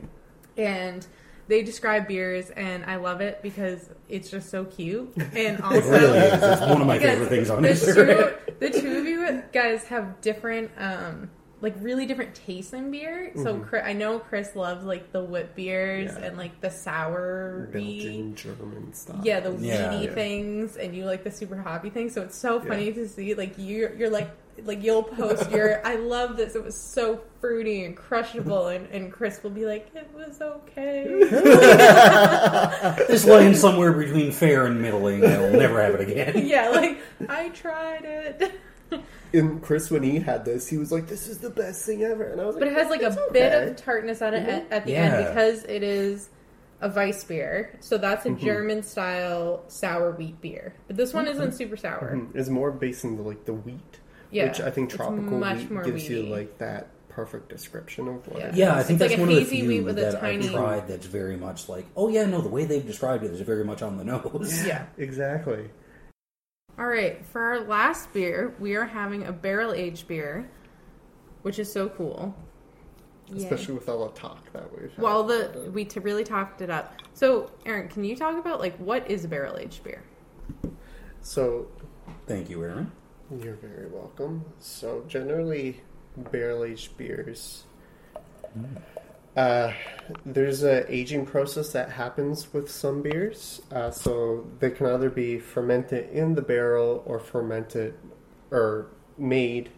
and they describe beers and I love it because it's just so cute. And also
it really is. It's one of my
because
favorite things on
the
Instagram.
Two, the two of you guys have different um like really different tastes in beer.
Mm-hmm.
So Chri- I know Chris loves like the whip beers
Yeah.
and like the sour
Belgian German style.
yeah, the weedy
Yeah.
Yeah.
things, and you like the super hoppy things. So it's so funny to see, like you, you're like, like you'll post your, I love this. It was so fruity and crushable, and, and Chris will be like, it was okay.
This laying somewhere between fair and middling. I will never have it again.
yeah, like I tried it,
And Chris, when he had this, he was like, "This is the best thing ever," and I was like,
but it has like a
"It's
bit
okay." Mm-hmm.
of tartness on it at, at the end
Yeah.
because it is. A Weiss beer, so that's a German style sour wheat beer. But this one isn't super sour.
Mm, It's more based in the, like the wheat,
Yeah,
which I think
it's
tropical
much
wheat
more
gives you
weedy.
like that perfect description of what.
Yeah.
It is.
Yeah, I
It's
think
like
that's
a
one of the
hazy wheat
few
with a
that
tiny-
I've tried that's very much like, oh yeah, no, the way they've described it is very much on the nose.
Yeah.
exactly.
All right, for our last beer, we are having a barrel aged beer, which is so cool.
Especially with all the talk that we've. had
While
about
the
it.
we t- really talked it up. So, Aaron, can you talk about like what is a barrel aged beer?
so
Thank you, Aaron.
You're very welcome. So generally, barrel aged beers. Uh, there's a aging process that happens with some beers, uh, so they can either be fermented in the barrel or fermented, or made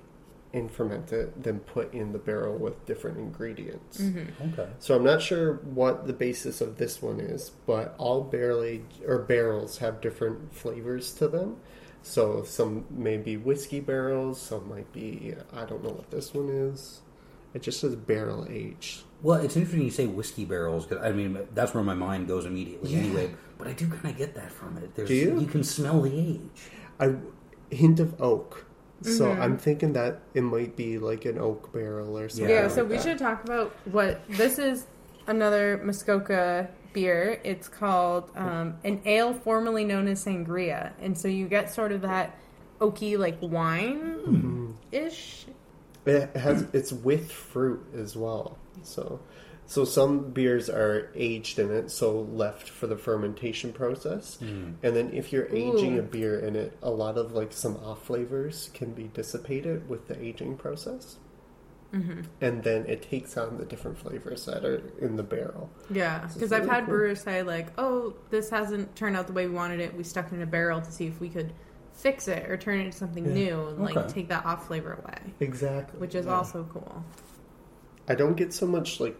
and fermented, then put in the barrel with different ingredients.
Okay.
So I'm not sure what the basis of this one is, but all barrel age- or barrels have different flavors to them. So some may be whiskey barrels, some might be I don't know what this one is. It just says barrel aged.
Well, it's interesting you say whiskey barrels because I mean that's where my mind goes immediately. Anyway, but I do kind of get that from it. There's,
Do you?
can smell the age.
I hint of oak. So
Mm-hmm.
I'm thinking that it might be like an oak barrel or something.
Yeah,
Yeah,
so
like
we
that.
should talk about what this is another Muskoka beer. It's called um, an ale formerly known as sangria. And so you get sort of that oaky, like wine ish.
Hmm. It has it's with fruit as well. So so some beers are aged in it, so left for the fermentation process.
Hmm.
And then if you're aging
Ooh.
a beer in it, a lot of like some off flavors can be dissipated with the aging process.
Mm-hmm.
And then it takes on the different flavors that are in the barrel.
Yeah,
is
because I've
really
had
cool.
brewers say, like, oh, this hasn't turned out the way we wanted it. We stuck it in a barrel to see if we could fix it or turn it into something new and, like,
Okay.
take that off flavor away,
Exactly.
which is
yeah.
also cool.
I don't get so much like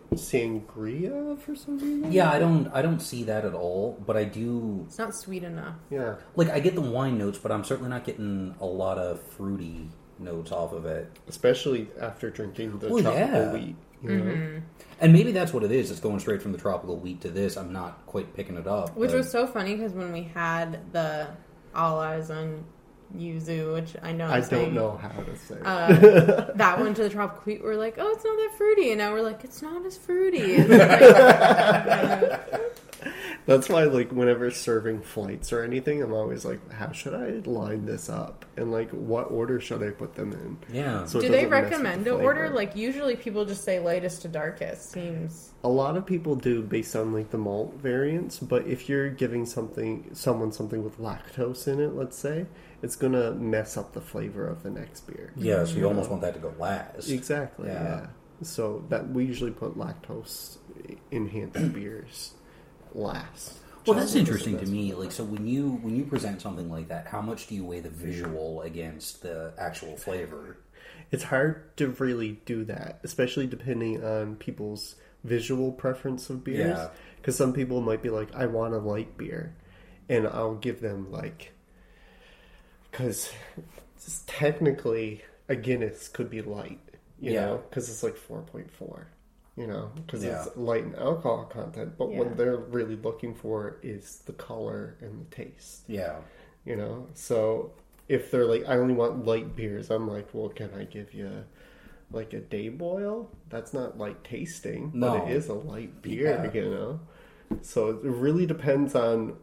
sangria for some reason.
Yeah, I don't I don't see that at all. But I do
It's not sweet enough.
Yeah.
like I get the wine notes, but I'm certainly not getting a lot of fruity notes off of it.
Especially after drinking the
Well,
tropical
yeah.
wheat. You
Mm-hmm.
know?
And maybe that's what it is. It's going straight from the tropical wheat to this. I'm not quite picking it up.
Which
but-
was so funny because when we had the all eyes on yuzu, which I know I'm
I
saying,
don't know how to say. it.
uh, that one to the tropical wheat, we are like, oh, it's not that fruity, and now we're like, it's not as fruity. It's like, uh,
That's why, like, whenever serving flights or anything, I'm always like, how should I line this up? And, like, what order should I put them in?
yeah.
So it
do they
doesn't mess with
recommend
the
to order?
flavor.
Like usually people just say lightest to darkest. Seems
A lot of people do based on, like, the malt variants, but if you're giving something, someone something with lactose in it, let's say, it's gonna mess up the flavor of the next beer.
yeah, so you almost want that to go last.
Exactly. Yeah.
Yeah.
So that we usually put lactose enhanced beers last.
Well,
Just
that's
so it
interesting to
doesn't
me. Like, so when you when you present something like that, how much do you weigh the visual against the actual flavor?
It's hard to really do that, especially depending on people's visual preference of beers.
Yeah.
Because some people might be like, I want a light beer. And I'll give them, like, because technically a Guinness could be light, you
Yeah.
know, because it's like 4.4, you know, because
Yeah.
it's light in alcohol content. But
Yeah.
what they're really looking for is the color and the taste
Yeah,
you know so if they're like i only want light beers i'm like well can i give you like a day boil that's not light tasting
No.
but it is a light beer
Yeah.
you know so it really depends on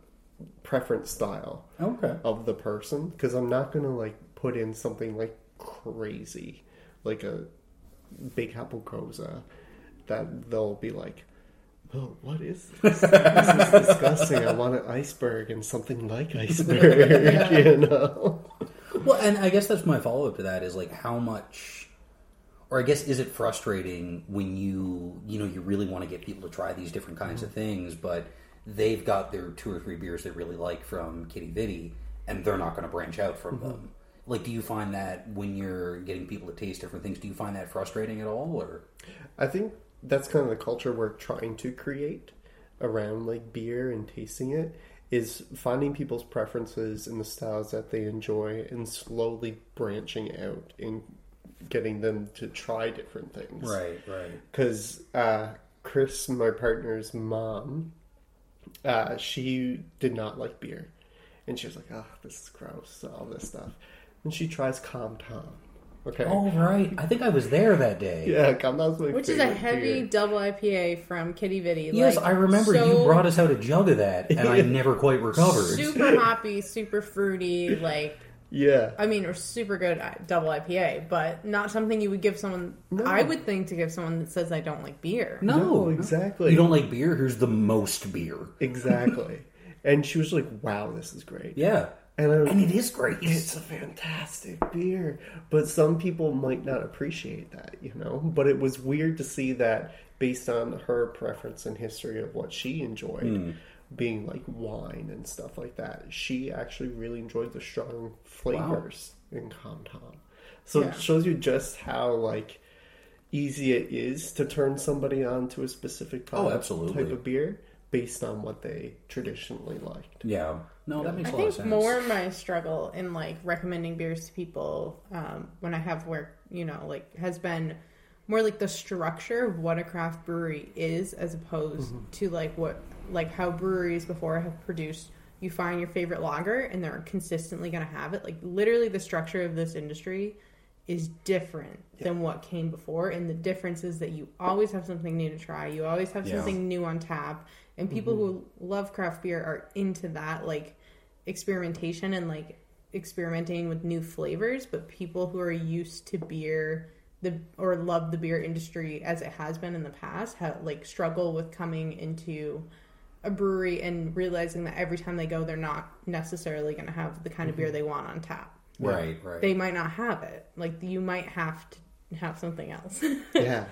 preference style
Okay.
of the person because i'm not gonna like put in something like crazy like a big apple goza that they'll be like Oh, what is this? this is disgusting. I want an iceberg and something like iceberg, you know?
Well, and I guess that's my follow up to that is like how much, or I guess is it frustrating when you you know you really want to get people to try these different kinds of things, but they've got their two or three beers they really like from Kitty Vitty, and they're not going to branch out from them. Like, do you find that when you're getting people to taste different things, do you find that frustrating at all, or?
I think that's kind of the culture we're trying to create around like beer and tasting it is finding people's preferences and the styles that they enjoy and slowly branching out and getting them to try different things.
Right, right.
because uh, Chris, my partner's mom, uh, she did not like beer, and she was like, "Ah, this is gross, all this stuff," and she tries Calm Tom. Okay,
Oh, right. I think I was there that day.
yeah, Calm Tom's my
which is a
favorite
heavy
beer.
double IPA from Kitty Vitty.
Yes,
like,
I remember
so
you brought us out a jug of that, and I never quite recovered.
super hoppy, super fruity, like
Yeah,
I mean, or super good at double IPA, but not something you would give someone. I would think to give someone that says I don't like beer.
No,
No, Oh, exactly.
You don't like beer? Here's the most beer.
exactly. and she was like, "Wow, this is great."
Yeah.
And I,
and it is great.
it's a fantastic beer, but some people might not appreciate that, you know. But it was weird to see that based on her preference and history of what she enjoyed,
Hmm.
being like wine and stuff like that. She actually really enjoyed the strong flavors in Compton. So
Yeah.
it shows you just how like easy it is to turn somebody on to a specific
Oh,
type-
absolutely.
type of beer based on what they traditionally liked.
Yeah. No, that makes
I
a lot of
think
sense.
more my struggle in like recommending beers to people um, when I have work, you know, like has been more like the structure of what a craft brewery is as opposed
Mm-hmm.
to like what like how breweries before have produced you find your favorite lager and they're consistently going to have it like literally the structure of this industry is different than what came before and the difference is that you always have something new to try you always have
Yeah.
something new on tap and people who love craft beer are into that like experimentation and like experimenting with new flavors but people who are used to beer the or love the beer industry as it has been in the past have like struggle with coming into a brewery and realizing that every time they go they're not necessarily going to have the kind of beer they want on tap
Right, right.
they might not have it like you might have to have something else
yeah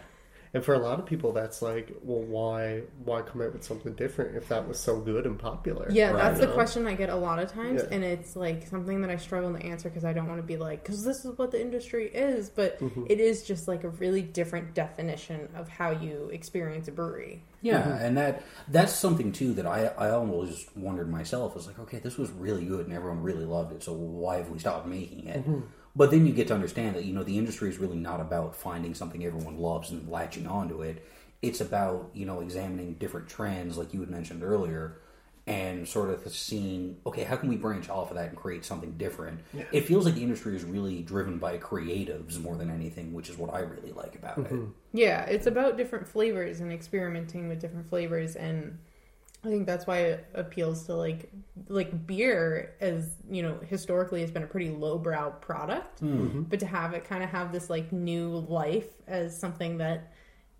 and for a lot of people that's like well why why come out with something different if that was so good and popular
Yeah,
Right.
that's the
Yeah.
question I get a lot of times,
Yeah.
and it's like something that I struggle to answer because I don't want to be like, because this is what the industry is, but
Mm-hmm.
it is just like a really different definition of how you experience a brewery.
Yeah, and that that's something too that I I almost wondered myself. I was like, okay, this was really good and everyone really loved it, so why have we stopped making it? But then you get to understand that you know the industry is really not about finding something everyone loves and latching onto it. It's about you know examining different trends, like you had mentioned earlier, and sort of seeing okay, how can we branch off of that and create something different? It feels like the industry is really driven by creatives more than anything, which is what I really like about it.
Yeah, it's about different flavors and experimenting with different flavors, and I think that's why it appeals to like like beer as you know historically has been a pretty lowbrow product, but to have it kind of have this like new life as something that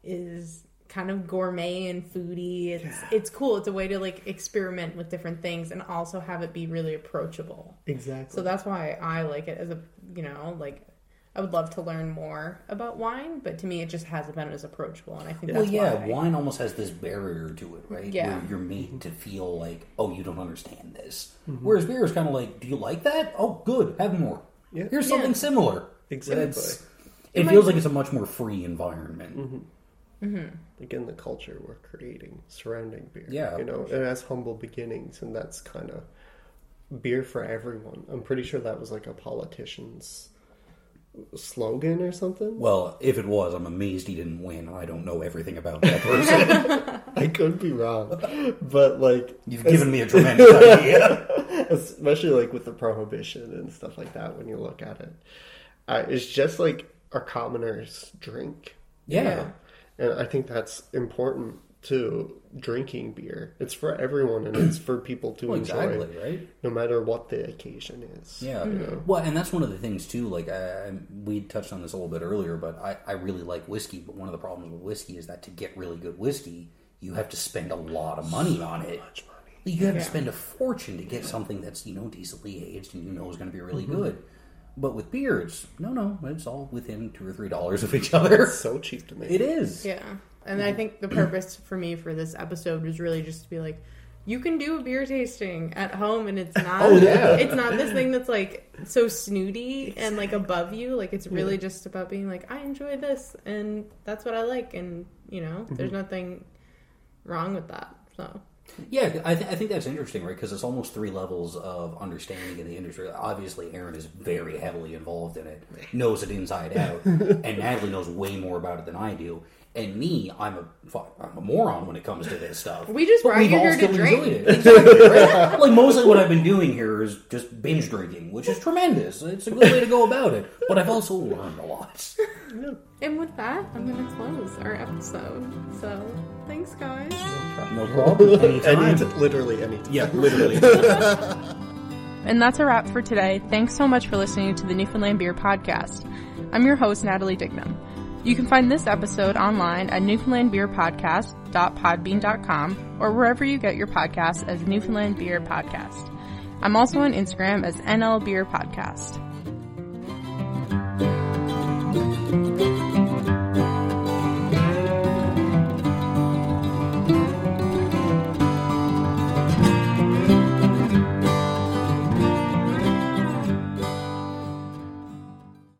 is kind of gourmet and foodie. It's it's cool. It's a way to like experiment with different things and also have it be really approachable.
exactly
So that's why I like it as a, you know, like I would love to learn more about wine, but to me it just hasn't been as approachable and I think
Well,
that's
yeah,
why.
wine almost has this barrier to it, right?
Yeah.
Where you're made to feel like, oh, you don't understand this.
Mm-hmm.
Whereas beer is kind of like, do you like that? Oh, good, have more.
Yeah.
Here's something
Yeah.
similar.
Exactly.
It's- it feels like it's a much more free environment.
Mm-hmm. again the culture we're creating surrounding beer
Yeah.
you know it has humble beginnings and that's kind of beer for everyone i'm pretty sure that was like a politician's slogan or something
Well, if it was, I'm amazed he didn't win. I don't know everything about that person.
i could be wrong but like
You've given me a tremendous idea.
especially like with the prohibition and stuff like that when you look at it uh, it's just like a commoner's drink
Yeah.
and i think that's important to drinking beer it's for everyone and it's for people to
Well,
enjoy
exactly, right?
no matter what the occasion is
Yeah. Well, and that's one of the things too. Like I, I- we touched on this a little bit earlier, but I, I really like whiskey. But one of the problems with whiskey is that to get really good whiskey, you have to spend a lot of money on it.
Much money.
You have
Yeah.
to spend a fortune to get something that's you know decently aged and you know is going to be really good. But with beer, it's no, no, it's all within two or three dollars of each other.
It's so cheap to make
It is.
Yeah. And I think the purpose for me for this episode was really just to be like, you can do a beer tasting at home and it's not
Oh, yeah.
it's not this thing that's like so snooty and like above you. Like it's really just about being like, I enjoy this and that's what I like and you know,
Mm-hmm.
there's nothing wrong with that. So
Yeah, I, th- I think that's interesting, right? Because it's almost three levels of understanding in the industry. Obviously, Aaron is very heavily involved in it, knows it inside out, and Natalie knows way more about it than I do. And me, I'm a fu- I'm a moron when it comes to this stuff.
We just brought
we've
you
all
here to
still
drink.
enjoyed it. Exactly, right? like mostly what I've been doing here is just binge drinking, which is tremendous. It's a good way to go about it. But I've also learned a lot.
and with that, I'm gonna close our episode. So thanks guys.
No problem. Anytime.
Any- literally any
Yeah, literally.
And that's a wrap for today. Thanks so much for listening to the Newfoundland Beer Podcast. I'm your host, Natalie Dignam. You can find this episode online at newfoundlandbeerpodcast.podbean.com or wherever you get your podcasts as Newfoundland Beer Podcast. I'm also on Instagram as NL Beer Podcast.